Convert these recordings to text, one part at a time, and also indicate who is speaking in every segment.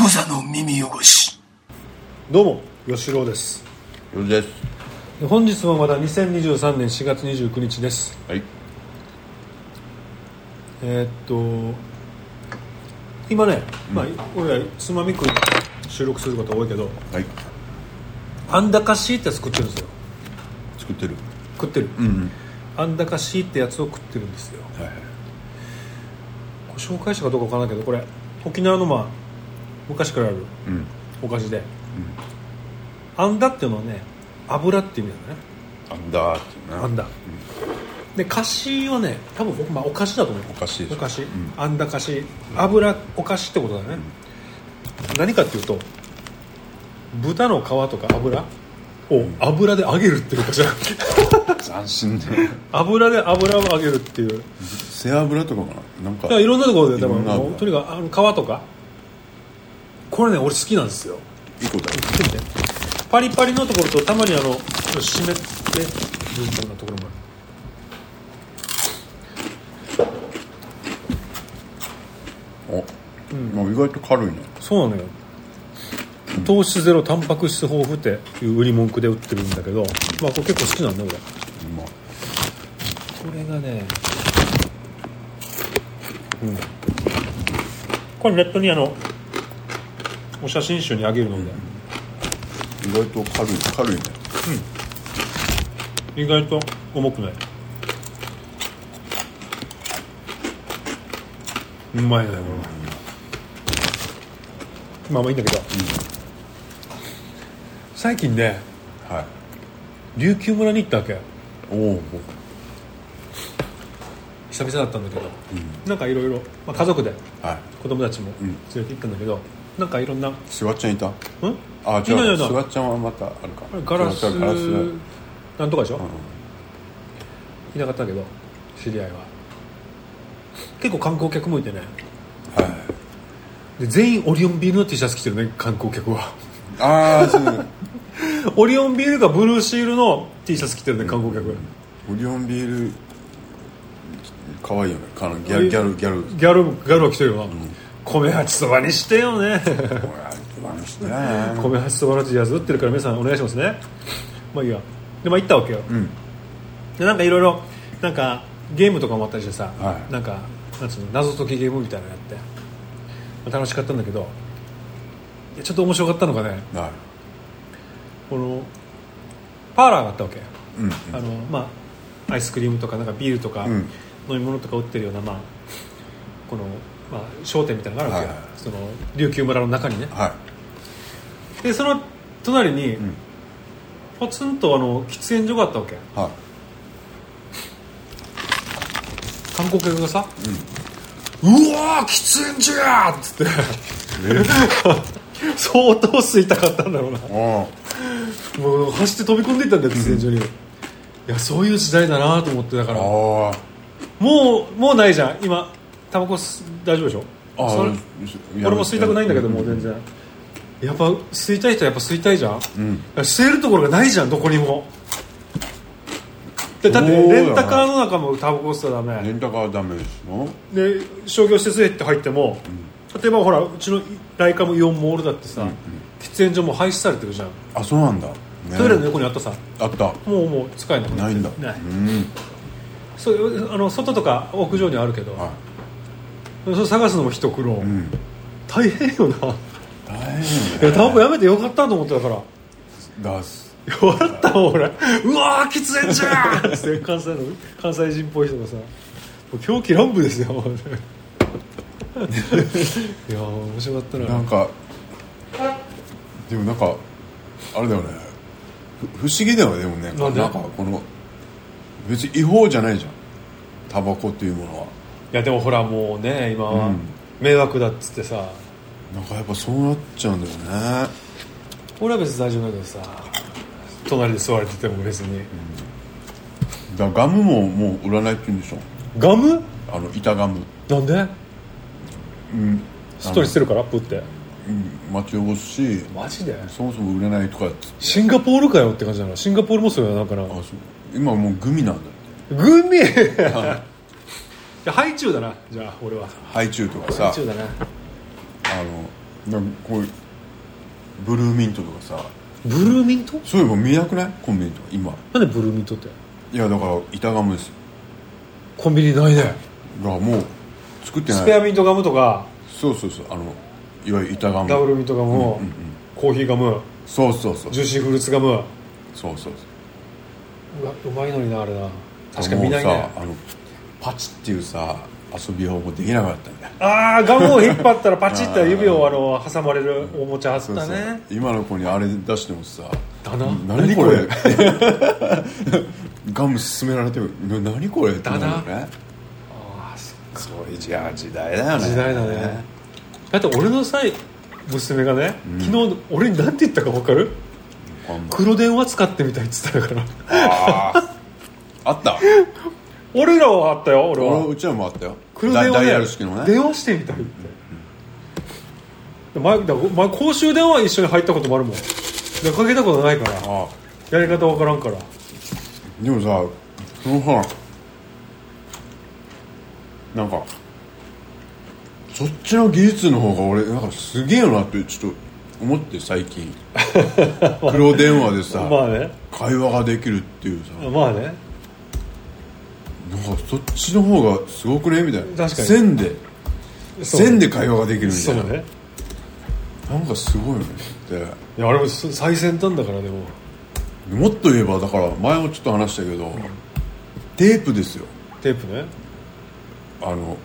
Speaker 1: 無座の耳汚し
Speaker 2: どうも吉郎です
Speaker 3: よろです
Speaker 2: 本日もまだ2023年4月29日です
Speaker 3: はい
Speaker 2: えーっと今ね、まあ、俺らつまみ食い収録することが多いけど
Speaker 3: はい
Speaker 2: あんだかしってやつ食ってるんですよ
Speaker 3: 作ってる
Speaker 2: 食ってる、
Speaker 3: うん
Speaker 2: あんだかしってやつを食ってるんですよ
Speaker 3: はいはい
Speaker 2: これ紹介したかどうかわからないけどこれ沖縄のまあ昔からある
Speaker 3: うん
Speaker 2: お菓子で、あんだっていうのはね油っていう意味なんだ
Speaker 3: アンダ
Speaker 2: ね
Speaker 3: ーっていうな
Speaker 2: あんだ、で菓子はね多分、まあ、お菓子だと思う
Speaker 3: お菓子でしょ
Speaker 2: お菓子、
Speaker 3: ん
Speaker 2: あんだ菓子油お菓子ってことだよね、何かっていうと豚の皮とか油を油で揚げるっていうこ とじゃん
Speaker 3: 斬新で
Speaker 2: 油で油を揚げるっていう
Speaker 3: 背脂とかかななん
Speaker 2: だ
Speaker 3: か
Speaker 2: からいろんなところで多
Speaker 3: いろ
Speaker 2: 分
Speaker 3: んなの
Speaker 2: もうとにかくあの皮とかこれね俺好きなんですよ
Speaker 3: いい子だよ
Speaker 2: 食ってみてパリパリのところとたまにあの湿ってるようなところもある
Speaker 3: お、まあ、意外と軽いね
Speaker 2: そうなのよ糖質ゼロタンパク質豊富っていう売り文句で売ってるんだけどまあこれ結構好きなんだよ
Speaker 3: まあ
Speaker 2: 俺これがねうんこれネットにあのお写真集にあげるので、
Speaker 3: 意外と軽い軽いね
Speaker 2: 意外と重くないうまいねこれまあまあいいんだけど、最近ね
Speaker 3: はい
Speaker 2: 琉球村に行ったわけ
Speaker 3: おお
Speaker 2: 久々だったんだけど、なんかいろいろまあ家族で
Speaker 3: は
Speaker 2: 子供たちも連れて行ったんだけど、なんかいろんなうん
Speaker 3: いシワちゃんいたあ違
Speaker 2: いないいうない
Speaker 3: シワちゃんはまたあるか
Speaker 2: ガラス
Speaker 3: シワちゃんガラス
Speaker 2: なんとかでしょ、いなかったけど知り合いは結構観光客もいてねで全員オリオンビールの T シャツ着てるね観光客は
Speaker 3: ああそう
Speaker 2: オリオンビールかブルーシールの T シャツ着てるね観光客、
Speaker 3: オリオンビール可愛いよねかのギャルギャルギャル
Speaker 2: ギャルギャルは着てるよな、米八そばにしてよね
Speaker 3: これあれって話してないね
Speaker 2: 米八そばの T シャツ売ってるから皆さんお願いしますねまあいいやでまあ行ったわけよ、
Speaker 3: ん
Speaker 2: でなんかいろいろなんかゲームとかもあったりしてさ、
Speaker 3: はい
Speaker 2: なんかなんつうの謎解きゲームみたいなのやって、まあ楽しかったんだけどいやちょっと面白かったのがね
Speaker 3: はい
Speaker 2: このパーラーがあったわけ
Speaker 3: うん
Speaker 2: あのまあ、アイスクリームとかなんかビールとか、
Speaker 3: うん
Speaker 2: 飲み物とか売ってるような、まあ、この、まあ、商店みたいなのがあるわけよ、
Speaker 3: はいはい
Speaker 2: その琉球村の中にね
Speaker 3: はい
Speaker 2: でその隣に、
Speaker 3: ん
Speaker 2: ポツンとあの喫煙所があったわけ
Speaker 3: はい
Speaker 2: 観光客がさ「うわー喫煙所や!」っつって 相当吸いたかったんだろうな
Speaker 3: あ
Speaker 2: もう走って飛び込んでいったんだよ喫煙所に、いやそういう時代だなと思ってだから
Speaker 3: ああ
Speaker 2: もうもうないじゃん今タバコ吸大丈夫でしょ
Speaker 3: ああ
Speaker 2: それ
Speaker 3: いや
Speaker 2: 俺も吸いたくないんだけどもう全然やっぱ吸いたい人はやっぱ吸いたいじゃん、吸えるところがないじゃんどこにもでだって
Speaker 3: そうだよ
Speaker 2: レンタカーの中もタバコ吸ったらダ
Speaker 3: レ
Speaker 2: メ、
Speaker 3: ンタカーはダメですよ
Speaker 2: で商業施設へって入っても、例えばほらうちのライカもイオンモールだってさ、喫煙所も廃止されてるじゃん、
Speaker 3: あそうなんだ、ね
Speaker 2: トイレの横にあったさ
Speaker 3: あった
Speaker 2: もうもう使えなく
Speaker 3: ないんだ
Speaker 2: ない
Speaker 3: うん
Speaker 2: そうあの外とか屋上にあるけど、
Speaker 3: は
Speaker 2: それ探すのも一苦労、
Speaker 3: いうん
Speaker 2: 大変よな
Speaker 3: 大変
Speaker 2: い
Speaker 3: ね
Speaker 2: やタバコやめてよかったと思ってたから
Speaker 3: 出す
Speaker 2: 笑ったもん俺 うわー喫煙所やー って関西の関西人っぽい人がさもう狂気乱舞です よいやー面白かった
Speaker 3: な
Speaker 2: なん
Speaker 3: かでもなんかあれだよねふ不思議だよねでもね
Speaker 2: なんで
Speaker 3: かこの別に違法じゃないじゃんタバコっていうものはい
Speaker 2: やでもほらもうね今は
Speaker 3: うん
Speaker 2: 迷惑だっつってさ
Speaker 3: なんかやっぱそうなっちゃうんだよね
Speaker 2: 俺は別に大丈夫だけどさ隣で座れてても別に
Speaker 3: だからガムももう売らないって言うんでしょ
Speaker 2: ガム
Speaker 3: あの板ガム
Speaker 2: なんで
Speaker 3: うん
Speaker 2: ストレスしてるからプって
Speaker 3: うん巻き起こすし
Speaker 2: マジで
Speaker 3: そもそも売れないとかっつって
Speaker 2: シンガポールかよって感じなのシンガポールもそうよなんかな
Speaker 3: あそう今もうグミなんだって
Speaker 2: グミいやハイチュウだなじゃあ俺は
Speaker 3: ハイチュウとか
Speaker 2: ハイ
Speaker 3: さ
Speaker 2: チュウだな
Speaker 3: あのなんかこういうブルーミントとかさ
Speaker 2: ブルーミント
Speaker 3: そういえば見なくないコンビニとか今
Speaker 2: なんでブルーミントって
Speaker 3: いやだから板ガムです
Speaker 2: コンビニないね
Speaker 3: がもう作って
Speaker 2: スペ
Speaker 3: な
Speaker 2: ア
Speaker 3: い
Speaker 2: ミントガムとか
Speaker 3: そうそうそうあのいわゆる板ガム
Speaker 2: ダブルミントガムを、コーヒーガム
Speaker 3: そうそうそう
Speaker 2: ジューシーフルーツガムうわ
Speaker 3: そうそうそう
Speaker 2: うまいのになあれな確か見ない
Speaker 3: もうさ
Speaker 2: ね
Speaker 3: あのパチっていうさ遊び方もできなかったんだよ
Speaker 2: ああーガムを引っ張ったらパチッと指をあの挟まれるおもちゃあっ
Speaker 3: そう
Speaker 2: た
Speaker 3: そう
Speaker 2: ね
Speaker 3: 今の子にあれ出してもさ
Speaker 2: だな
Speaker 3: 何これ ガム勧められてるな何これって
Speaker 2: だな
Speaker 3: るよね
Speaker 2: あーそっか
Speaker 3: そういや時代だよね
Speaker 2: 時代だねだって俺のさ娘がね、昨日俺に何て言ったか分かる
Speaker 3: わかんない
Speaker 2: 黒電話使ってみたいっつったから
Speaker 3: あーあ った
Speaker 2: 俺らはあったよ俺は
Speaker 3: 俺うちらもあったよ
Speaker 2: 黒
Speaker 3: ダ
Speaker 2: 電話
Speaker 3: ダイ
Speaker 2: で
Speaker 3: ヤル式のね
Speaker 2: 電話してみたいって、前だ前公衆電話一緒に入ったこともあるもんでかけたことないから
Speaker 3: ああ
Speaker 2: やり方わからんから
Speaker 3: でもさそのさなんかそっちの技術の方が俺なんかすげえよなってちょっと思って最 近黒電話でさ、
Speaker 2: まあね
Speaker 3: 会話ができるっていうさなんか
Speaker 2: まあね
Speaker 3: そっちの方がすごくねみたいな
Speaker 2: 確かに
Speaker 3: 線で
Speaker 2: そう
Speaker 3: 線で会話ができるみた
Speaker 2: そう
Speaker 3: いな、
Speaker 2: ね
Speaker 3: なんかすごいよねって
Speaker 2: いやあれもす最先端だからでも
Speaker 3: もっと言えばだから前もちょっと話したけど、テープですよ
Speaker 2: テープね
Speaker 3: あの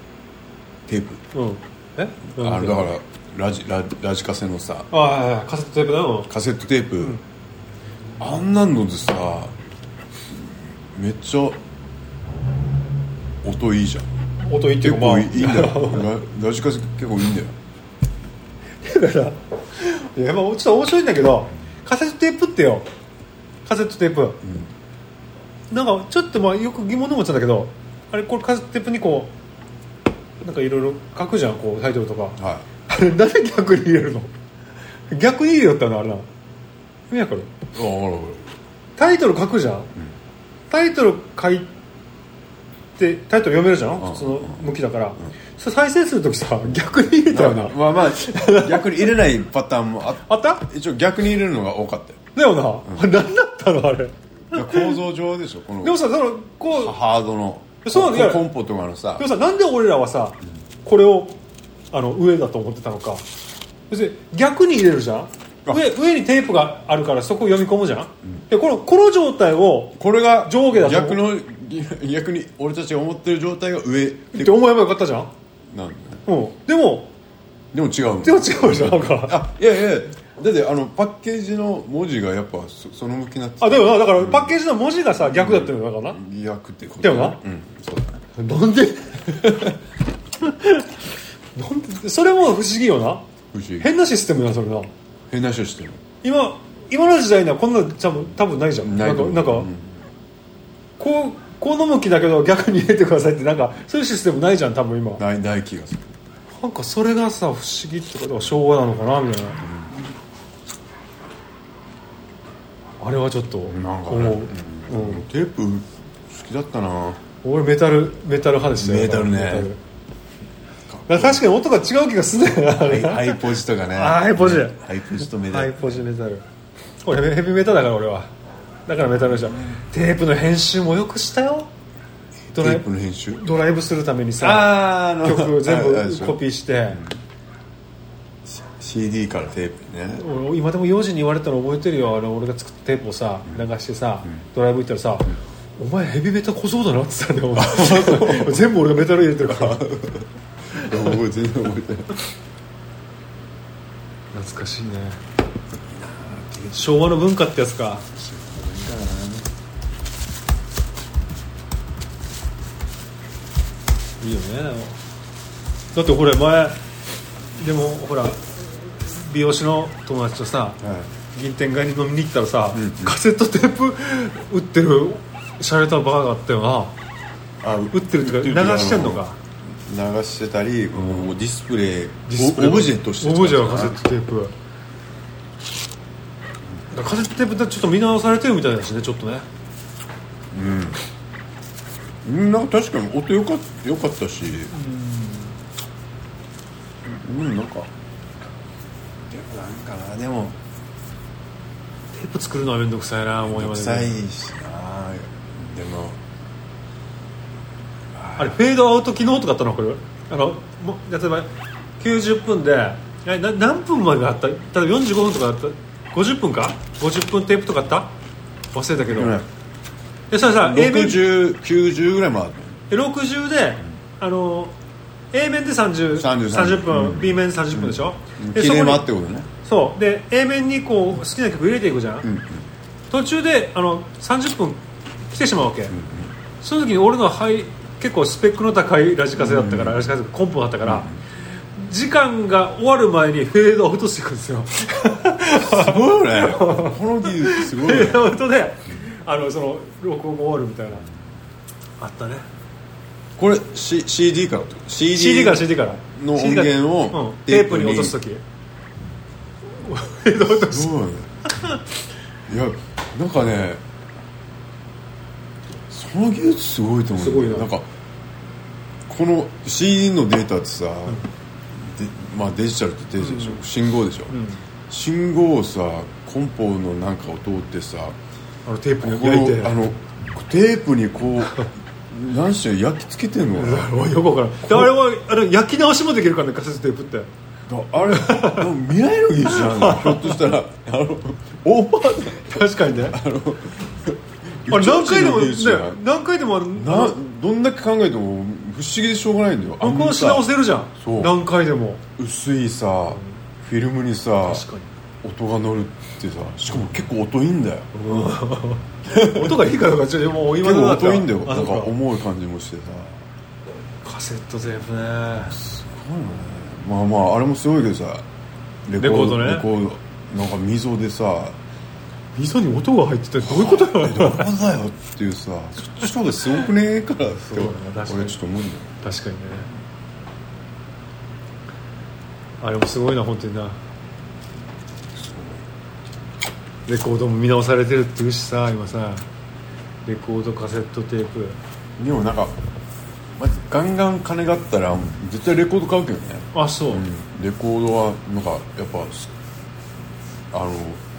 Speaker 3: テープ
Speaker 2: うんえ
Speaker 3: あのだからラジララジカセのさ
Speaker 2: あはいはいカセットテープだよ
Speaker 3: カセットテープ、あんなんのでさめっちゃ音いいじゃん
Speaker 2: 音いいってい
Speaker 3: 結
Speaker 2: うかま
Speaker 3: 構
Speaker 2: あ
Speaker 3: いい,、んだよララジカセ結構いいんだよ
Speaker 2: いやまあちょっと面白いんだけどカセットテープってよカセットテープ、なんかちょっとまあよく疑問に思ってたんだけどあれこれカセットテープにこうなんかいろいろ書くじゃんこうタイトルとか
Speaker 3: は
Speaker 2: あれなんで逆に入れるの逆に入れよったのあれな意味わかる
Speaker 3: いあほらほ
Speaker 2: タイトル書くじゃん、タイトル書いてタイトル読めるじゃん
Speaker 3: ん
Speaker 2: 普通の向きだから、それ再生するときさ逆に入れたよな
Speaker 3: らまあまあ逆に入れないパターンもあ
Speaker 2: あった
Speaker 3: 一応逆に入れるのが多か ったよ
Speaker 2: だよな、何だったのあれ
Speaker 3: だから構造上でしょこの
Speaker 2: でもさそのこう
Speaker 3: ハードの
Speaker 2: そうなんだよ
Speaker 3: コンポとかのさ
Speaker 2: でもさなんで俺らはさこれをあの上だと思ってたのか別に逆に入れるじゃん上上にテープがあるからそこを読み込むじゃん、でこのこの状態を
Speaker 3: これが
Speaker 2: 上下だと
Speaker 3: 逆の逆に俺たちが思ってる状態が上って
Speaker 2: って思えばよかったじゃん、
Speaker 3: なんだね
Speaker 2: うん、でも
Speaker 3: でも違う
Speaker 2: でも違うじゃんなんか
Speaker 3: あいやいやだってあのパッケージの文字がやっぱそその向きになって
Speaker 2: あでもなだからパッケージの文字がさ逆だったのだからな、
Speaker 3: 逆ってことだね
Speaker 2: でもな
Speaker 3: うんそうだね
Speaker 2: なんでなんでそれも不思議よな
Speaker 3: 不思議
Speaker 2: 変なシステムなそれな
Speaker 3: 変な人してる
Speaker 2: 今今の時代にはこんな多分多分ないじゃん
Speaker 3: ない
Speaker 2: んか
Speaker 3: と思う
Speaker 2: なんか、
Speaker 3: うん
Speaker 2: こうこの向きだけど逆に入れてくださいってなんかそういうシステムないじゃん多分今
Speaker 3: ないない気がする
Speaker 2: なんかそれがさ不思議ってことは昭和なのかなみたいな、あれはちょっと
Speaker 3: なんか
Speaker 2: 思
Speaker 3: ね
Speaker 2: う、
Speaker 3: うんテープ好きだったな
Speaker 2: うん俺メタルメタル派でしたよ
Speaker 3: メタルね
Speaker 2: だから確かに音が違う気がするんだよなあれ
Speaker 3: ハイポジとかね
Speaker 2: あハイポジ
Speaker 3: ハイポジとメダ
Speaker 2: ハイ
Speaker 3: ル
Speaker 2: ポジメタル俺ヘビヘビメタだから俺はだからメタルでしたテープの編集もよくしたよ
Speaker 3: テ
Speaker 2: ドライ
Speaker 3: ープの編集
Speaker 2: ドライブするためにさ
Speaker 3: あーあ
Speaker 2: 曲全部コ
Speaker 3: コピー
Speaker 2: ピーして、
Speaker 3: CD からテープにね
Speaker 2: 俺今でも幼児に言われたの覚えてるよあの俺が作ったテープをさ流してさ、ドライブ行ったらさ、お前ヘビメタ小僧だなって言ってたんだよ 全部俺がメタル入れてる から
Speaker 3: い
Speaker 2: 懐
Speaker 3: や覚えて全然覚えてない
Speaker 2: かしいね昭和の文化ってやつかいいよねでもだってこれ前でもほら美容師の友達とさ、
Speaker 3: はい
Speaker 2: 銀天街に飲みに行ったらさ、カセットテープ売ってる洒落たバーがあったよな
Speaker 3: あ
Speaker 2: 売ってるっていうか流してんのか
Speaker 3: 流してたり、もうディスプレイ
Speaker 2: ディスプレイ
Speaker 3: オオブジェとして使
Speaker 2: オブ
Speaker 3: って
Speaker 2: ジ
Speaker 3: た
Speaker 2: ェはカセットテープだからカセットテープってちょっと見直されてるみたいだしねちょっとね
Speaker 3: うんなんか確かに音よかよかったしうんなんかでもなんかなでも
Speaker 2: テープ作るのは面倒くさいな思いま
Speaker 3: 臭い
Speaker 2: ね
Speaker 3: しなでも
Speaker 2: あれフェードアウト機能とかあったのこれあのも例えば90分でえな何分まであった例えば45分とかあった50分か50分テープとかあった忘れたけど、でそれさ A 面
Speaker 3: 6090ぐらいまで
Speaker 2: え60であの A 面で 30,
Speaker 3: 30
Speaker 2: 30分、
Speaker 3: うん
Speaker 2: B 面30分でしょ、で
Speaker 3: 切れ間
Speaker 2: そ
Speaker 3: っ
Speaker 2: こ
Speaker 3: て
Speaker 2: に
Speaker 3: ことね
Speaker 2: そうで A 面にこう好きな曲入れていくじゃん、
Speaker 3: うん
Speaker 2: 途中であの30分来てしまうわけ、その時に俺のハイ結構スペックの高いラジカセだったから、ラジカセコンポだったから、時間が終わる前にフェードアウトしていくんですよ
Speaker 3: すごいよねこの技術すご
Speaker 2: フ
Speaker 3: いよ
Speaker 2: ェー
Speaker 3: ね
Speaker 2: ドアウトであのその録音が終わるみたいなあったね
Speaker 3: これ、C、CD からってこと CD,
Speaker 2: CD から CD から
Speaker 3: の
Speaker 2: CD から
Speaker 3: 音源を
Speaker 2: うんテープ
Speaker 3: テープに
Speaker 2: に落とす時フェードアウト
Speaker 3: すごいねいやなんかねその技術すごいと思う
Speaker 2: すごいなん
Speaker 3: かこの CD のデータってさ、でまあ、デジタルってデジタルでしょ、信号でしょ、
Speaker 2: ん
Speaker 3: 信号をさコンポのなんかを通ってさ
Speaker 2: あのテープ
Speaker 3: こ
Speaker 2: に
Speaker 3: こ
Speaker 2: 焼いて
Speaker 3: の あのテープにこう何しろ焼き付けてんのかな
Speaker 2: 横からであれはあれ焼き直しもできるからねカセットテープって
Speaker 3: だあれでも未来の技術じゃんひょっとしたらあのオーバー
Speaker 2: 確かにねあ
Speaker 3: 宇
Speaker 2: れ
Speaker 3: 宙
Speaker 2: 何回
Speaker 3: 人の
Speaker 2: でもね
Speaker 3: 技術じゃない
Speaker 2: 何回でもある
Speaker 3: などんだけ考えても不思議でしょうがないんだよあん
Speaker 2: 録音
Speaker 3: な
Speaker 2: し直
Speaker 3: さ
Speaker 2: せるじゃ
Speaker 3: そうん
Speaker 2: 何回でも
Speaker 3: 薄いさフィルムにさ
Speaker 2: 確か
Speaker 3: 音が乗るってさしかも結構音いいんだよ
Speaker 2: に音がいいかどうかちょっともう今
Speaker 3: 結構
Speaker 2: のだった
Speaker 3: 音いいんだよな
Speaker 2: あそ
Speaker 3: ん
Speaker 2: う
Speaker 3: か重い感じもしてさ
Speaker 2: カセットテープね
Speaker 3: まあまああれもすごいけどさレ
Speaker 2: レコードね
Speaker 3: レコードなんか溝でさ
Speaker 2: 溝に音が入っててどういうことなの
Speaker 3: 「なんだよ」っていうさそっちの方がすごくねえからって
Speaker 2: そうだね確かに
Speaker 3: 俺ちょっと思うんだよ
Speaker 2: 確かにねあれもすごいな本当になレコードも見直されてるっていうしさ今さレコードカセットテープ
Speaker 3: でもなんかまずガンガン金があったら絶対レコード買うけどね
Speaker 2: あそう、
Speaker 3: レコードはなんかやっぱすあの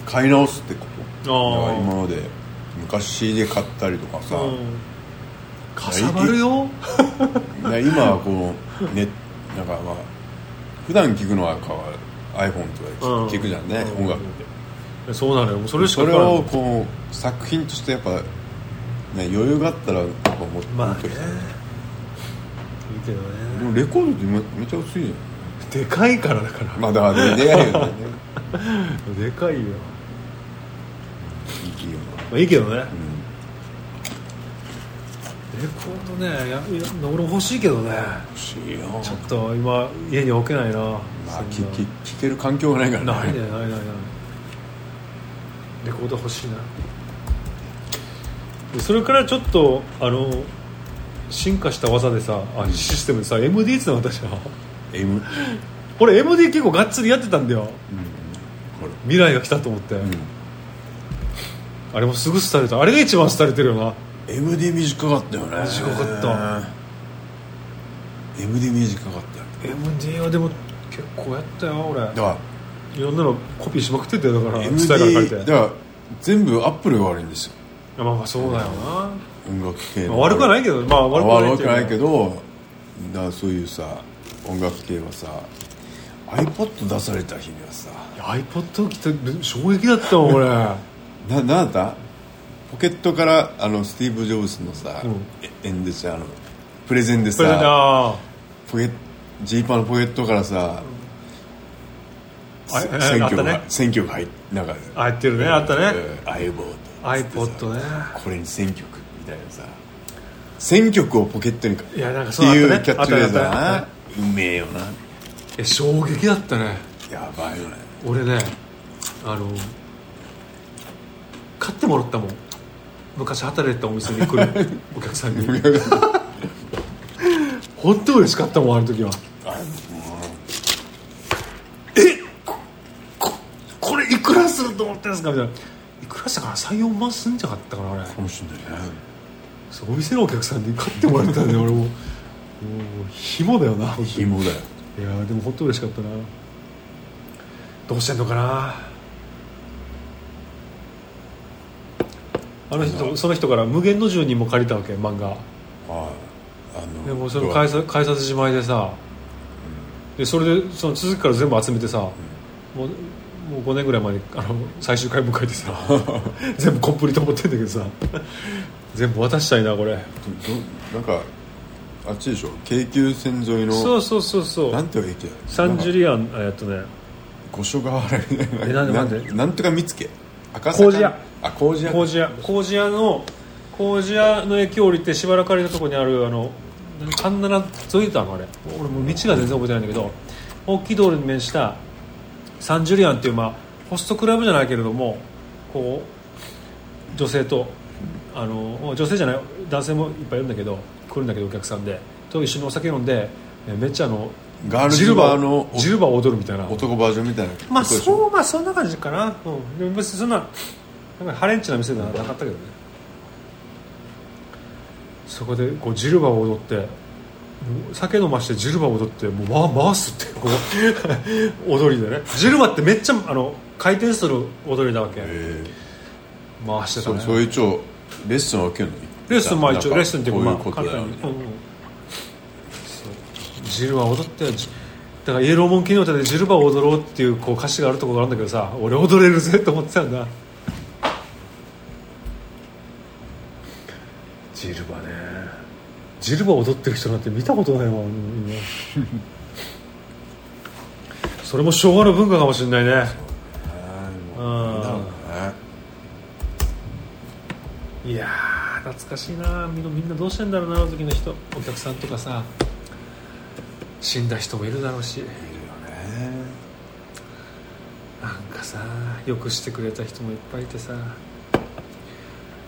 Speaker 3: 買い直すってこと
Speaker 2: あー
Speaker 3: だから今まで昔 CD 買ったりとかさ、
Speaker 2: うんかさばるよ
Speaker 3: で今はこうねなんかまあ普段聞くのは変わる iPhone と
Speaker 2: うん
Speaker 3: かで聞くじゃんね、
Speaker 2: うん
Speaker 3: 音楽って
Speaker 2: そうなのよもうそれしか
Speaker 3: それ
Speaker 2: 買わ
Speaker 3: を
Speaker 2: ない
Speaker 3: こう作品としてやっぱ、ね、余裕があったらやっぱもう、
Speaker 2: まあ
Speaker 3: 持っ
Speaker 2: ね
Speaker 3: ときたい
Speaker 2: いいけど
Speaker 3: で
Speaker 2: ね
Speaker 3: もレコードってめめっちゃ薄いじゃ
Speaker 2: でかいからだから
Speaker 3: んまあだから出会いよね
Speaker 2: でかいよ、
Speaker 3: いいよな
Speaker 2: まあ、いいけどねレ
Speaker 3: うん
Speaker 2: コードねやや俺欲しいけどね
Speaker 3: 欲しいよ
Speaker 2: ちょっと今家に置けないな、
Speaker 3: まあ
Speaker 2: そんな
Speaker 3: 聞聞聞ける環境がないから
Speaker 2: ないねないないないレコード欲しいなでそれからちょっとあの進化した技でさあシステムでさ MD つながったじゃん
Speaker 3: M
Speaker 2: 俺 MD 結構がっつりやってたんだよ
Speaker 3: これ
Speaker 2: 未来が来たと思って、
Speaker 3: ん
Speaker 2: あれもすぐ廃れたあれが一番廃れてるよな
Speaker 3: MD 短かったよね
Speaker 2: 短かっ
Speaker 3: MD 短かったよ
Speaker 2: MD はでも結構やったよ俺
Speaker 3: だか
Speaker 2: いろんなのコピーしまくってたよだから
Speaker 3: ら
Speaker 2: 伝えから借り
Speaker 3: MD
Speaker 2: て
Speaker 3: だから全部アップルが悪いんですよ
Speaker 2: まあまあそうだよな、
Speaker 3: 音楽系
Speaker 2: まあ、悪くはないいけどまあ悪くはない
Speaker 3: 悪
Speaker 2: って
Speaker 3: く
Speaker 2: う
Speaker 3: は
Speaker 2: か
Speaker 3: ないけどだからそういうさ音楽系はさ iPod 出された日にはさ
Speaker 2: いや iPod 来て衝撃だったも ん俺
Speaker 3: ななんだったポケットからあのスティーブ・ジョブズのさ、
Speaker 2: うん
Speaker 3: え演説あのプレゼンで
Speaker 2: それで
Speaker 3: さ
Speaker 2: あ
Speaker 3: ポケジーパンのポケットからさ、
Speaker 2: あ
Speaker 3: せ
Speaker 2: え
Speaker 3: 選挙が、
Speaker 2: あったね
Speaker 3: 選挙が入っなんか
Speaker 2: あ入ってるねあったね
Speaker 3: うん相棒と
Speaker 2: iPod ね
Speaker 3: これに選曲みたいなさ選曲をポケットにか
Speaker 2: いやなんか
Speaker 3: っ
Speaker 2: そ
Speaker 3: て
Speaker 2: う
Speaker 3: い
Speaker 2: あ
Speaker 3: う
Speaker 2: った
Speaker 3: キャ
Speaker 2: ね
Speaker 3: ッチフレーズだ
Speaker 2: あったねあ
Speaker 3: な、
Speaker 2: っ
Speaker 3: うめえよな
Speaker 2: たねえ衝撃だったね
Speaker 3: やばいよね
Speaker 2: 俺ねあの買ってもらったもん昔働いてたお店に来るお客さん に本当嬉しかったもんあの時はえこここれいくらすると思ってんですかみたいないくらしたかな34万すんじゃなかったかなあれ
Speaker 3: かもしんないね
Speaker 2: そうお店のお客さんに買ってもらったんで俺ももう紐だよな本当に
Speaker 3: 紐だよ
Speaker 2: いやーでも本当嬉しかったなどうしてんのかなあの人その人から「無限の住人」も借りたわけ漫画
Speaker 3: はいあの
Speaker 2: でもうそれ改札改札じまいでさでそれでその続きから全部集めてさ、もうもう5年ぐらい前にあの最終回迎えてさ 全部コンプリート持ってんだけどさ 全部渡したいなこれ
Speaker 3: どなんかあっちでしょ京急線沿いの
Speaker 2: そうそうそうそ
Speaker 3: なん
Speaker 2: う
Speaker 3: ていう駅や
Speaker 2: サンジュリアンえっとね
Speaker 3: 五所川原みたい
Speaker 2: えなんでなんで
Speaker 3: なんとか見つけ赤
Speaker 2: 麹屋
Speaker 3: あ麹屋
Speaker 2: 麹屋麹屋の麹屋の駅を降りてしばらく歩いたとこにあるあの神奈川沿いだったのあれ俺もう道が全然覚えてないんだけど大きい道路に面したサンジュリアンっていう、まあ、ホストクラブじゃないけれどもこう女性とあの女性じゃない男性もいっぱいいるんだけど来るんだけどお客さんでと一緒にお酒飲んでえめっちゃあの
Speaker 3: ガール
Speaker 2: ジ
Speaker 3: ズ
Speaker 2: ルバ
Speaker 3: バー
Speaker 2: ー
Speaker 3: の
Speaker 2: ジルバーを踊るみたいな
Speaker 3: 男バージョンみたいな
Speaker 2: まあ
Speaker 3: ことでしょ
Speaker 2: そうまあそんな感じかな、うん、でも別にそんななんかハレンチな店ではなかったけどねそこでこうジルバを踊ってもう酒飲ましてジルバを踊ってもう回回すってこう 踊りでねジルバってめっちゃあの回転する踊りだわけ
Speaker 3: え
Speaker 2: 回して
Speaker 3: ー
Speaker 2: た
Speaker 3: そう
Speaker 2: ね
Speaker 3: そう一応レッスンは受けるの
Speaker 2: レッスンまあ一応レッスンっていうかま
Speaker 3: ま
Speaker 2: あ
Speaker 3: あこういうこと
Speaker 2: 簡
Speaker 3: だよ
Speaker 2: 単に
Speaker 3: みたい
Speaker 2: うんうん
Speaker 3: な
Speaker 2: そうジルは踊ってじだからイエローモンキーの歌で「ジルバを踊ろう」っていうこう歌詞があるところがあるんだけどさ俺踊れるぜと思ってたんだジルバねジルバ踊ってる人なんて見たことないわみ んなそれも昭和の文化かもしれないねうん
Speaker 3: ね
Speaker 2: いやー懐かしいなみんなみんなどうしてんだろうなあの時の人お客さんとかさ死んだ人もいるだろうし
Speaker 3: いるよね
Speaker 2: なんかさよくしてくれた人もいっぱいいてさ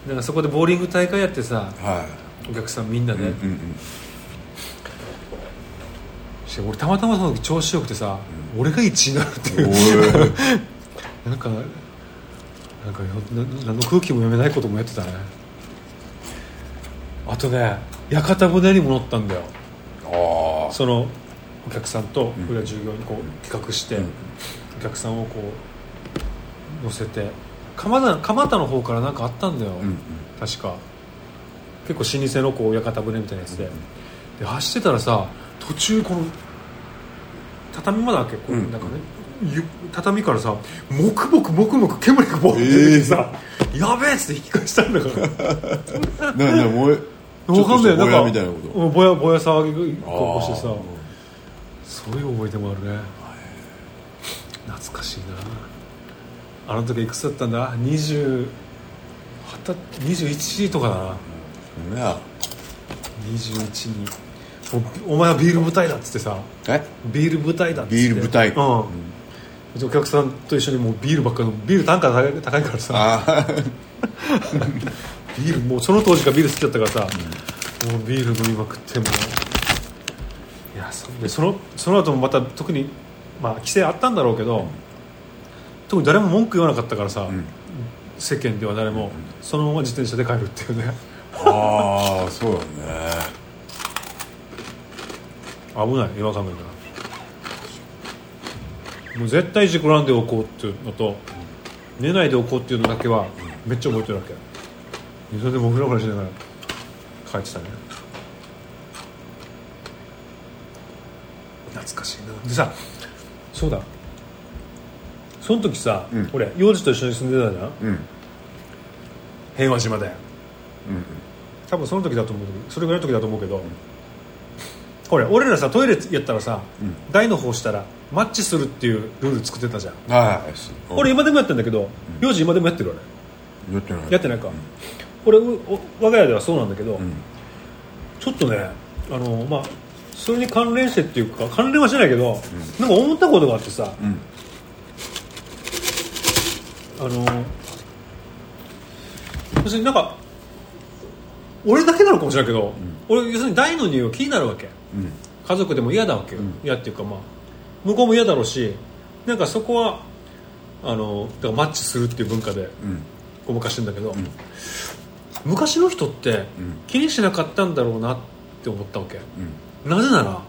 Speaker 2: なんかそこでボーリング大会やってさ
Speaker 3: は
Speaker 2: お客さんみんないで、
Speaker 3: うんうん
Speaker 2: して俺たまたまその時調子よくてさ、俺が1位になるって
Speaker 3: う
Speaker 2: い
Speaker 3: ん
Speaker 2: う
Speaker 3: おい
Speaker 2: なんかなんかよな何の空気も読めないこともやってたねあとね屋形船にも乗ったんだよ
Speaker 3: あ
Speaker 2: そのお客さんと
Speaker 3: ん
Speaker 2: 俺ら従業員にこう企画して、
Speaker 3: うん
Speaker 2: お客さんをこう乗せて蒲田蒲田の方からなんかあったんだよ、
Speaker 3: あうんうん
Speaker 2: 確か結構老舗のこう屋形船みたいなやつで,、で走ってたらさ途中この畳まだっけこう
Speaker 3: うん
Speaker 2: なんかね、ゆ畳からさもくもくもくもく煙がボーって出てきてさ、 やべえっつって引き返したんだから
Speaker 3: なんかね燃え
Speaker 2: わかん
Speaker 3: ちょ
Speaker 2: ない
Speaker 3: っとした
Speaker 2: なんか
Speaker 3: 親みたいなこと
Speaker 2: うんぼやぼや騒ぎがこうしてさ
Speaker 3: あー
Speaker 2: そういう思い出もあるね懐かしいなあの時いくつだったんだ20はた21とかだな
Speaker 3: ねや
Speaker 2: 21におお前はビール部隊だっつってさ
Speaker 3: え
Speaker 2: ビール部隊だっつって
Speaker 3: ビール部隊
Speaker 2: うん、お客さんと一緒にもうビールばっかりのビール単価高い高いからさ
Speaker 3: ああ
Speaker 2: ビールもうその当時からビール好きだったからさ、もうビール飲みまくってもういやそでそのその後もまた特にまあ規制あったんだろうけど、特に誰も文句言わなかったからさ、世間では誰もそのまま自転車で帰るっていうね
Speaker 3: あ あそうだね
Speaker 2: 危ない今考えたらもう絶対事故らんでおこうっていうのと、寝ないでおこうっていうのだけはめっちゃ覚えてるわけそれでもうフラフラしながら帰ってたね懐かしいなでさそうだその時さ、
Speaker 3: ん
Speaker 2: 俺幼児と一緒に住んでたじゃん
Speaker 3: うん
Speaker 2: 平和島で、多分その時だと思うけどそれぐらいの時だと思うけど、これ俺らさトイレやったらさ、台の方したらマッチするっていうルール作ってたじゃん
Speaker 3: はい
Speaker 2: 俺今でもやってんだけど幼児今でもやってるわね
Speaker 3: やってない
Speaker 2: やってないか、俺うお我が家ではそうなんだけど、
Speaker 3: ん
Speaker 2: ちょっとねあのまあそれに関連してっていうか関連はしてないけど、なんか思ったことがあってさ、
Speaker 3: ん
Speaker 2: あの別になんか俺だけなのかもしれないけど、俺要するに大の匂いは気になるわけ、
Speaker 3: うん
Speaker 2: 家族でも嫌だわけよ、嫌っていうかまあ向こうも嫌だろうしなんかそこはあのだからマッチするっていう文化で
Speaker 3: うん
Speaker 2: ごまかしてんだけど、昔の人って
Speaker 3: ん
Speaker 2: 気にしなかったんだろうなって思ったわけなぜなら、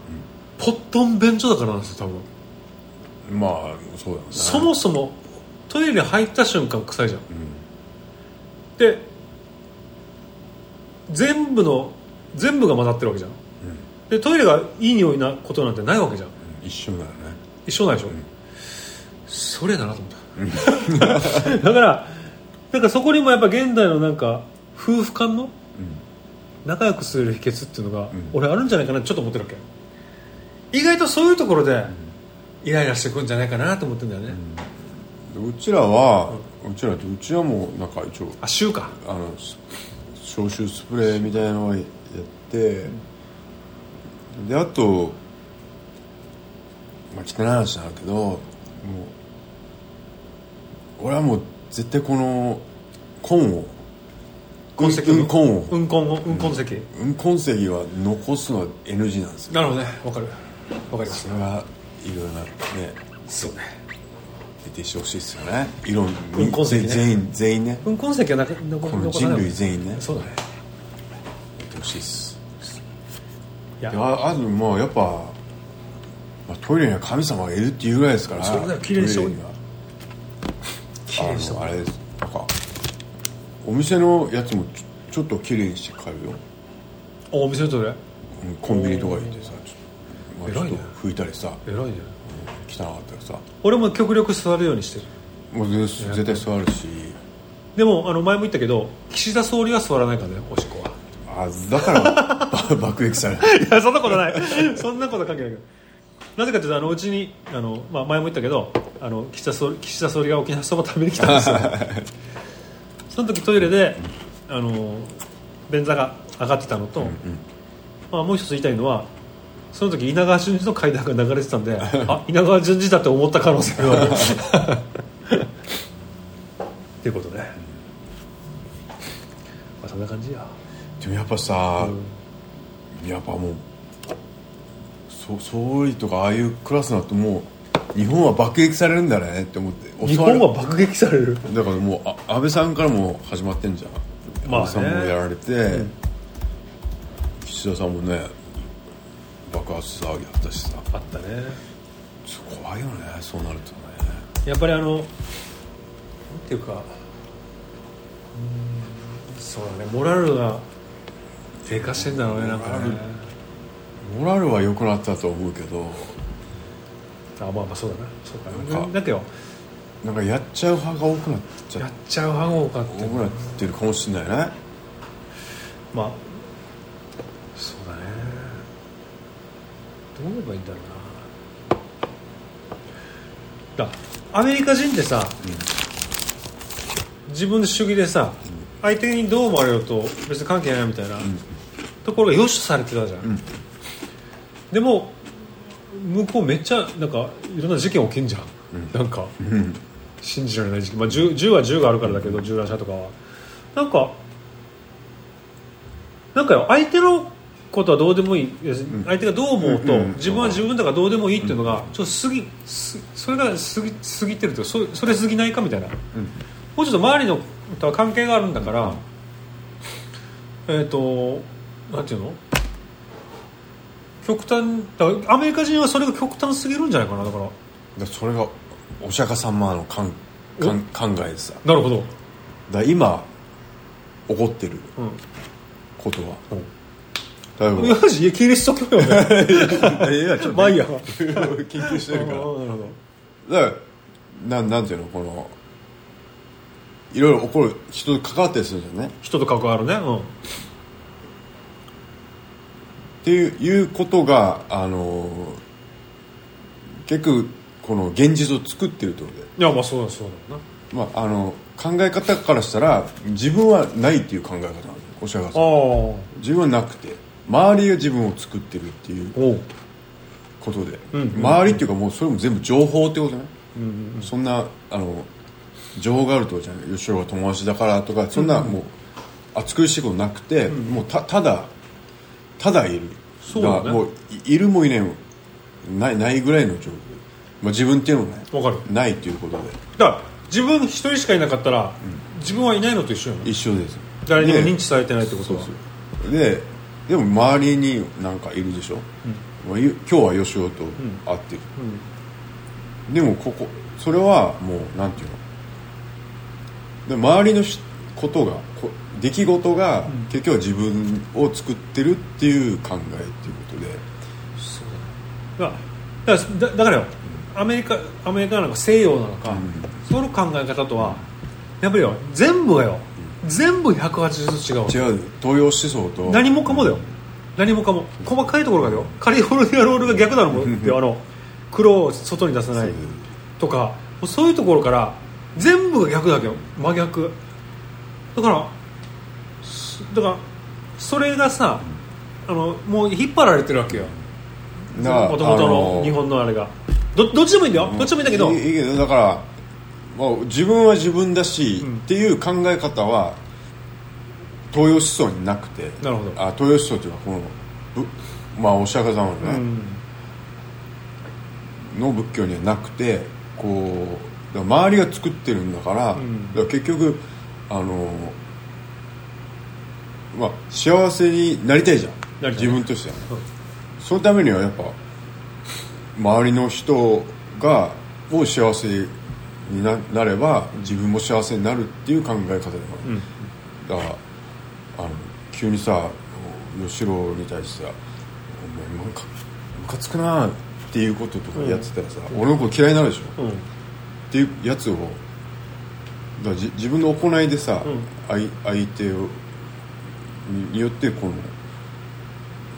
Speaker 2: ポットン便所だからなんですよ多分
Speaker 3: うまあそうだよね
Speaker 2: そもそもトイレ入った瞬間臭いじゃん、で全部の全部が混ざってるわけじゃん、でトイレがいい匂いなことなんてないわけじゃん
Speaker 3: 一緒だよね
Speaker 2: 一緒なんでしょ、それだなと思った、 だからなんかそこにもやっぱ現代のなんか夫婦間の仲良くする秘訣っていうのが、
Speaker 3: ん
Speaker 2: 俺あるんじゃないかなってちょっと思ってるわけ意外とそういうところでイライラしてくんじゃないかなと思ってるんだよね、
Speaker 3: でうちらは、うちらってうちはもうなんか一応
Speaker 2: あ週か
Speaker 3: あのす消臭スプレーみたいなのをやって、であとまあ汚い話なんだけどもう俺はもう絶対この紺を
Speaker 2: 痕跡
Speaker 3: うん紺を
Speaker 2: うんこんうんこん石、
Speaker 3: うん紺石は残すのは NG なんですよ
Speaker 2: なるほどねわかるわかります
Speaker 3: それはいろいろなね
Speaker 2: そうね
Speaker 3: 出てしてほしいですよねいろん
Speaker 2: うん紺石ね
Speaker 3: 全員全員ね
Speaker 2: うんこん石はなかなか
Speaker 3: この人類全員ね
Speaker 2: そうだね
Speaker 3: 出てほしいです
Speaker 2: いや
Speaker 3: でああとまあやっぱ、まあ、トイレには神様がいるっていうぐらいですから
Speaker 2: そうだよ綺麗にして
Speaker 3: ト
Speaker 2: ほ
Speaker 3: イレ
Speaker 2: しい
Speaker 3: には
Speaker 2: 綺麗にして
Speaker 3: あ
Speaker 2: も
Speaker 3: のあ
Speaker 2: らう
Speaker 3: れですなんかお店のやつもちょちょっと綺麗にして帰るよ
Speaker 2: おお店のトイレ
Speaker 3: うんコンビニとか行ってさちょっと,、まあ、
Speaker 2: 偉い
Speaker 3: ちょ
Speaker 2: ね
Speaker 3: っと拭いたりさ
Speaker 2: 偉いね
Speaker 3: 汚かったらさ
Speaker 2: 俺も極力座るようにしてる
Speaker 3: もう絶絶対座るし
Speaker 2: でもあの前も言ったけど岸田総理は座らないからねおしっこは
Speaker 3: あだからば爆撃される
Speaker 2: いやそんなことない そんなこと関係ないけどなぜかというとあのうちにあの、まあ、前も言ったけどあの岸田総理岸田総理が沖縄そば食べに来たんですよその時トイレであの便座が上がってたのと、まあ、もう一つ言いたいのはその時稲川淳二の階段が流れてたんであ稲川淳二だって思った可能性があるっていうことね、まあ、そんな感じや
Speaker 3: でもやっぱさ、やっぱもうそ総理とかああいうクラスになってもう日本は爆撃されるんだねって思って
Speaker 2: 日
Speaker 3: 襲われ
Speaker 2: 本は爆撃される
Speaker 3: だからもうあ安倍さんからも始まってんじゃん、
Speaker 2: まあね
Speaker 3: 安倍さんもやられて、岸田さんもね爆発騒ぎあったしさ
Speaker 2: あったね
Speaker 3: ちょっと怖いよねそうなるとね
Speaker 2: やっぱりあのなんていうかうーんそうだねモラルが低下してんだろうねなんかね
Speaker 3: モラルは良くなったと思うけど
Speaker 2: あまあまあそうだなそうか
Speaker 3: なん
Speaker 2: な
Speaker 3: か
Speaker 2: だけど
Speaker 3: なんかやっちゃう派が多くなっちゃ
Speaker 2: や
Speaker 3: っ
Speaker 2: っちゃう羽子かって
Speaker 3: 多くなってるかもしれないね
Speaker 2: まあそうだねどう思えばいいんだろうなだアメリカ人ってさ、自分の主義でさ、相手にどう思われると別に関係ないみたいな、ところが良しとされてたじゃん、でも向こうめっちゃなんかいろんな事件起きんじゃん、なんか、信じられない事件、まあ、10, 10は10があるからだけど銃乱射とかはなんかなんかよ相手のことはどうでもいい要するに相手がどう思うと、
Speaker 3: うんうん
Speaker 2: 自分は自分だからどうでもいいっていうのが、ちょっと過ぎすそれが過ぎ過ぎてるとそそれ過ぎないかみたいな、もうちょっと周りのとは関係があるんだから、えっ、となんていうの極端だからアメリカ人はそれが極端すぎるんじゃないかなだから
Speaker 3: だそれがお釈迦様の考考えでさだか
Speaker 2: なるほど、
Speaker 3: ら今起こってる
Speaker 2: う
Speaker 3: ことは
Speaker 2: ん、
Speaker 3: 例えば
Speaker 2: いやマジキリスト教よね
Speaker 3: いやちょっと
Speaker 2: まあいいや
Speaker 3: 緊急してる
Speaker 2: あ
Speaker 3: か
Speaker 2: ーな
Speaker 3: ら
Speaker 2: るほ
Speaker 3: だからなんなんていうのこのいろいろ起こる人と関わったりするんですよね
Speaker 2: 人と関わるねうん
Speaker 3: っていういうことがあの結局この現実を作ってるってことで、
Speaker 2: いやまあそうだそうだよな
Speaker 3: まあ、あの考え方からしたら自分はないっていう考え方なんですよお釈迦
Speaker 2: ああ
Speaker 3: 様自分はなくて周りが自分を作ってるっていう
Speaker 2: おう
Speaker 3: ことで、
Speaker 2: んうん
Speaker 3: 周りっていうかもうそれも全部情報ってことね、そんなあの情報があるってことじゃない吉岡が友達だからとかそんなもう厚苦しいことなくて、もうたただただいる
Speaker 2: そうだね
Speaker 3: からもういいるもいないもないないぐらいの状況、まあ、自分っていうのもね
Speaker 2: わかる
Speaker 3: ないっていうことで
Speaker 2: だから自分一人しかいなかったら、自分はいないのと一緒よね
Speaker 3: 一緒です
Speaker 2: 誰にも認
Speaker 3: 知
Speaker 2: 知されてないってことは
Speaker 3: ででも周りになんかいるでしょ、まあゆ今日は吉尾と会ってる、でもここそれはもうなんていうので周りのしことがこ出来事が結局は自分を作ってるっていう考えっていうことで、
Speaker 2: だだからだだからよアメリカアメリカなのか西洋なのか、
Speaker 3: ん
Speaker 2: その考え方とはやっぱりよ全部がよ全部180度違う
Speaker 3: 違う東洋思想と
Speaker 2: 何もかもだよ何もかも細かいところがだよカリフォルニアロールが逆なのもってあの黒を外に出さないとかそういうところから全部が逆だけど真逆だからすだからそれがさあのもう引っ張られてるわけよ
Speaker 3: だから
Speaker 2: もともとの日本のあれがどどっちでもいいんだよ、どっちでもいいんだけど、
Speaker 3: いいけどだから、まあ、自分は自分だし、
Speaker 2: ん
Speaker 3: っていう考え方は東洋思想になくて
Speaker 2: なるほど
Speaker 3: あ東洋思想というかこのぶまあお釈迦様の
Speaker 2: う
Speaker 3: ね、
Speaker 2: ん
Speaker 3: の仏教にはなくてこうだから周りが作ってるんだから,、
Speaker 2: ん
Speaker 3: だから結局あの、まあ、幸せになりたいじゃん
Speaker 2: なりたい
Speaker 3: 自分としては、
Speaker 2: うん
Speaker 3: そのためにはやっぱ周りの人がを幸せにななれば自分も幸せになるっていう考え方だから、
Speaker 2: ん
Speaker 3: だからあの急にさ吉郎に対してさ「お前なんかムカつくな」っていうこととかやってたらさ、俺のこと嫌いになるでしょ、
Speaker 2: うん
Speaker 3: っていうやつをだからじ自分の行いでさ、
Speaker 2: ん
Speaker 3: 相相手をにによってこの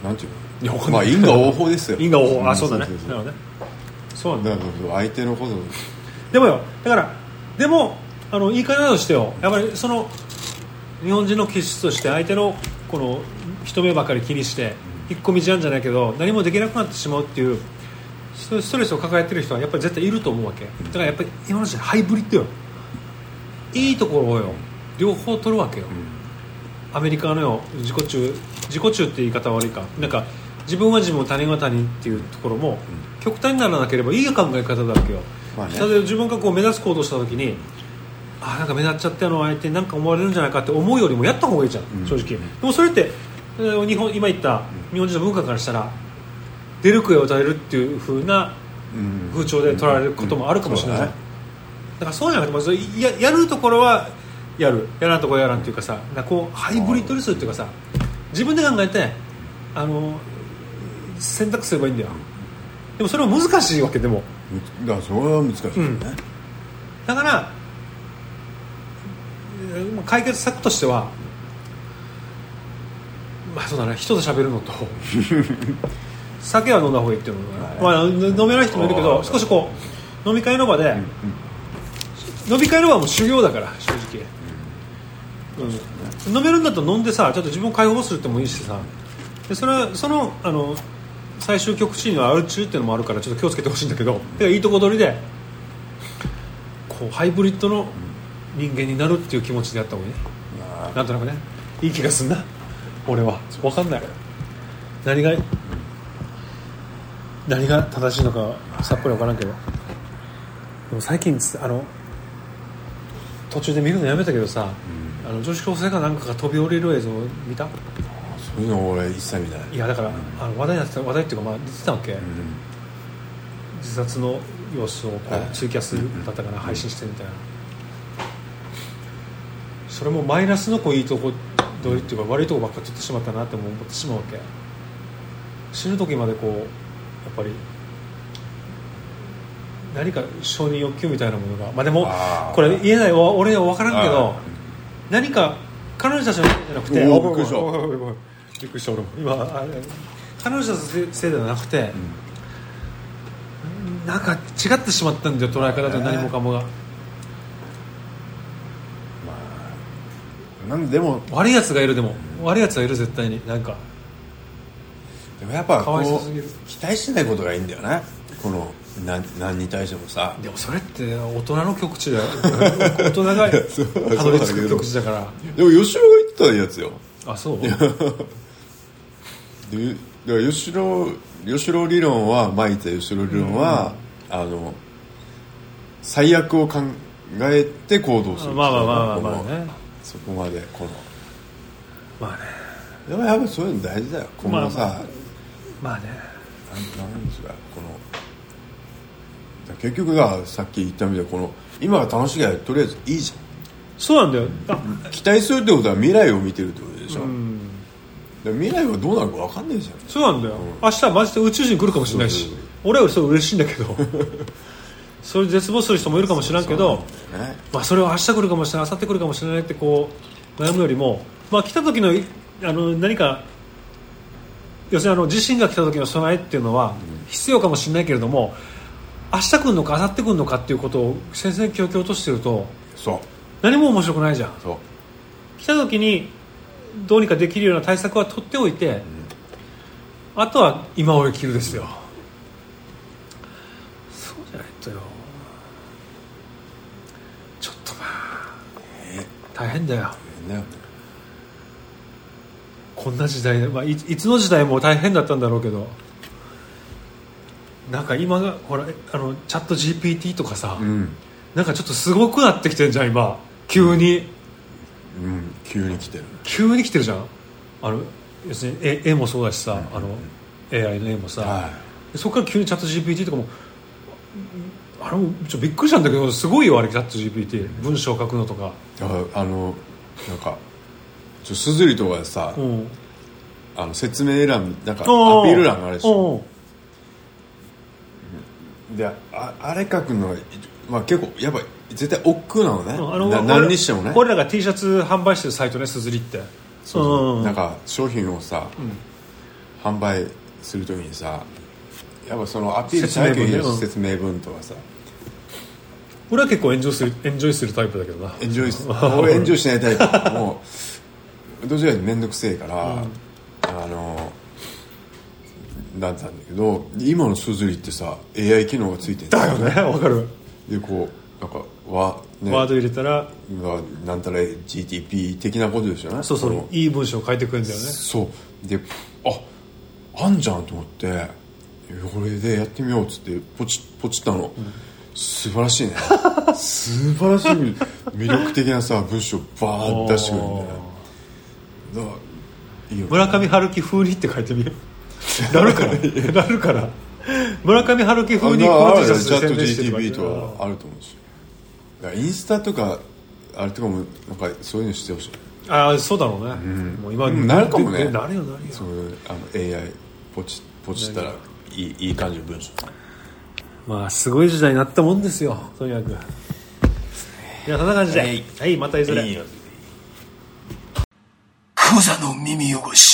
Speaker 3: なんていう
Speaker 2: いやわ
Speaker 3: の
Speaker 2: かん
Speaker 3: ま
Speaker 2: な
Speaker 3: あ
Speaker 2: い
Speaker 3: 因果応報ですよ
Speaker 2: 因果応報あそうだね
Speaker 3: そうそう
Speaker 2: な
Speaker 3: そう
Speaker 2: るほどねそうなんだ
Speaker 3: だからそう相手のことを
Speaker 2: でもよだからでもあの言い方としてよやっぱりその日本人の気質として相手のこの人目ばかり気にして引っ込みじゃんじゃないけど何もできなくなってしまうっていうスストレスを抱えてる人はやっぱり絶対いると思うわけだからやっぱり今の時代ハイブリッドよいいところをよ両方取るわけよ、アメリカのよ自己中自己中って言い方は悪いかなんか自分は自分他人は他人っていうところも極端にならなければいい考え方だわけよ、
Speaker 3: まあね
Speaker 2: 例えば自分がこう目指す行動した時にあーなんか目立っちゃったの相手になんか思われるんじゃないかって思うよりもやった方がいいじゃん、正直でもそれってえー日本今言った日本人の文化からしたら出る杭を打たれるっていう風な
Speaker 3: うん
Speaker 2: 風潮で取られることもあるかもしれない、
Speaker 3: うんうん
Speaker 2: だからそうじゃなくてまずややるところはやるやらんところはやらんっていうかさなんかこうハイブリッドにするっていうかさ自分で考えてあの選択すればいいんだよでもそれは難しいわけでも
Speaker 3: むだからそれは難しいよね、
Speaker 2: うんだからえーまあ解決策としてはまあそうだね人と喋るのと酒は飲んだ方がいいっていうのがね、まあ、飲めない人もいるけ
Speaker 3: あ
Speaker 2: ど
Speaker 3: ー
Speaker 2: 少しこう飲み会の場で、飲み会の場はもう修行だから正直、うん飲めるんだったら飲んでさちょっと自分を解放するってもいいしさでそれはそのあの最終局シーンはアル中っていうのもあるからちょっと気をつけてほしいんだけどだからいいとこ取りでこうハイブリッドの人間になるっていう気持ちでやった方がいいね
Speaker 3: まあ
Speaker 2: なんとなくねいい気がすんな俺は分かんない何が何が正しいのかさっぱり分からんけどでも最近つあの途中で見るのやめたけどさ、あの女子高生かなんかが飛び降りる映像見た
Speaker 3: そういうの俺一切見ない
Speaker 2: いやだからあの話題になってた話題っていうかまあ出てたわけ、
Speaker 3: うん
Speaker 2: 自殺の様子をこ
Speaker 3: はいう
Speaker 2: ツイキャスだったかな配信してみたいなそれもマイナスのこういいとこどういうっていうか悪いとこばっかり取ってしまったなっても思ってしまうわけ死ぬ時までこうやっぱり何か承認欲求みたいなものがまあでも
Speaker 3: あー
Speaker 2: これ言えないわ俺は分からんけ
Speaker 3: あ
Speaker 2: ど
Speaker 3: ー
Speaker 2: 何か彼女たちのせいじゃなくて
Speaker 3: おー
Speaker 2: あごめ
Speaker 3: びっく
Speaker 2: ん
Speaker 3: りした
Speaker 2: ごめんごめんごめんびっくりした俺も今あ彼女たちのせいではなくて、なんか違ってしまったんだよ捉え方と何もかもが、
Speaker 3: なんででも
Speaker 2: 悪いやつがいるでも悪いやつはいる絶対になんか
Speaker 3: でもやっぱ
Speaker 2: かわいそう
Speaker 3: こ
Speaker 2: すぎる
Speaker 3: う期待しないことがいいんだよねこの何何に対してもさ
Speaker 2: でもそれって大人の極 地だよ大人がたどり着く極地だから
Speaker 3: でも吉野が言ってたやつよ
Speaker 2: あそう
Speaker 3: でだから吉郎吉郎理論は前言った吉郎理論は、あの最悪を考えて行動する
Speaker 2: まあまあまあまあまあ
Speaker 3: この
Speaker 2: ね
Speaker 3: そこまでこの
Speaker 2: まあね
Speaker 3: でもやっぱりそういうの大事だよこのさ、
Speaker 2: まあね
Speaker 3: なんなんですかこのだから結局がさっき言ったみたいにこの今が楽しければとりあえずいいじ
Speaker 2: そうなんだよあ
Speaker 3: ゃん期待するってことは未来を見てるってことでしょ、だから未来はどうなるか分かんないじゃん
Speaker 2: そうなんだよ、明日マジで宇宙人来るかもしれないし
Speaker 3: そうそう
Speaker 2: 俺はそれ嬉しいんだけ どそれで絶望する人もいるかもしれんけど
Speaker 3: ね
Speaker 2: まあ、それは明日来るかもしれない明後日来るかもしれないってこう悩むよりも、まあ、来た時のいあの何か要するにあの地震が来た時の備えっていうのは必要かもしれないけれども明日来るのか明後日来るのかっていうことを戦々恐々としてると
Speaker 3: そう
Speaker 2: 何も面白くないじゃん
Speaker 3: そう
Speaker 2: 来た時にどうにかできるような対策は取っておいて、あとは今を生きるですよ、そうじゃないとよちょっとまあ大変だよ
Speaker 3: ね
Speaker 2: こんな時代、まあ、いいつの時代も大変だったんだろうけどなんか今がほらあのチャット GPT とかさ、
Speaker 3: うん、
Speaker 2: なんかちょっとすごくなってきてんじゃん今急に。
Speaker 3: うん、急に来てる
Speaker 2: 急に来てるじゃんあの要するに絵絵もそうだしさ、あの AI の絵もさ、
Speaker 3: はい
Speaker 2: でそこから急にチャット GPT とかもあれもちょっとびっくりしたんだけどすごいよあれチャット GPT 文章書くのとか、
Speaker 3: だからあのなんかちょすずりとかさ、
Speaker 2: うん、
Speaker 3: あの説明欄なんかアピール欄があるでしょ
Speaker 2: うん
Speaker 3: でああれ書くのは、まあ、結構やっぱ絶対億劫なのね
Speaker 2: あの
Speaker 3: な
Speaker 2: 俺
Speaker 3: 何にしてもね
Speaker 2: 俺らが T シャツ販売してるサイトねすずりって
Speaker 3: そうそう
Speaker 2: うん
Speaker 3: なんか商品をさ、販売するときにさやっぱそのアピールしなきゃいけない
Speaker 2: 説
Speaker 3: 説明文と かさ
Speaker 2: 俺は結構エンジョイするエンジョイするタイプだけどな
Speaker 3: エンジョイす俺エンジョイしないタイプも うどちらかというと面倒くせえから、あのだったんだけど今のスズリってさ AI 機能がついてる
Speaker 2: だよねわかる、
Speaker 3: でこうなんかわ、ね、
Speaker 2: ワード入れたら
Speaker 3: がなんたら GTP 的なことですよね
Speaker 2: そうそ
Speaker 3: こ
Speaker 2: う
Speaker 3: の
Speaker 2: いい文章を書いてくれるんだよね
Speaker 3: そうでああんじゃんと思ってえこれでやってみようっつってポチポチったの、素晴らしい ね素晴らしい魅力的なさ文章バーッ出してくるんだよねだからいいよ
Speaker 2: 村上春樹風にって書いてみるな るからなるから村上春樹風に
Speaker 3: あ
Speaker 2: こ
Speaker 3: あ
Speaker 2: の T シ
Speaker 3: るあ
Speaker 2: ャ
Speaker 3: る
Speaker 2: ツ
Speaker 3: チャ
Speaker 2: で
Speaker 3: ット
Speaker 2: 宣伝してとか
Speaker 3: GTP とかあると思うしだからインスタとかあれとかもなんかそういうのしてほしい
Speaker 2: ああそうだろうね、もう今
Speaker 3: うんなるかもね
Speaker 2: ででなるよなるよ
Speaker 3: そうあの AI ポチポチったらいいいい感じの文章
Speaker 2: まあすごい時代になったもんですよとにかくじゃあそんな感じでは
Speaker 3: はいい、
Speaker 2: またいずれ
Speaker 3: いいよ
Speaker 1: クザの耳汚し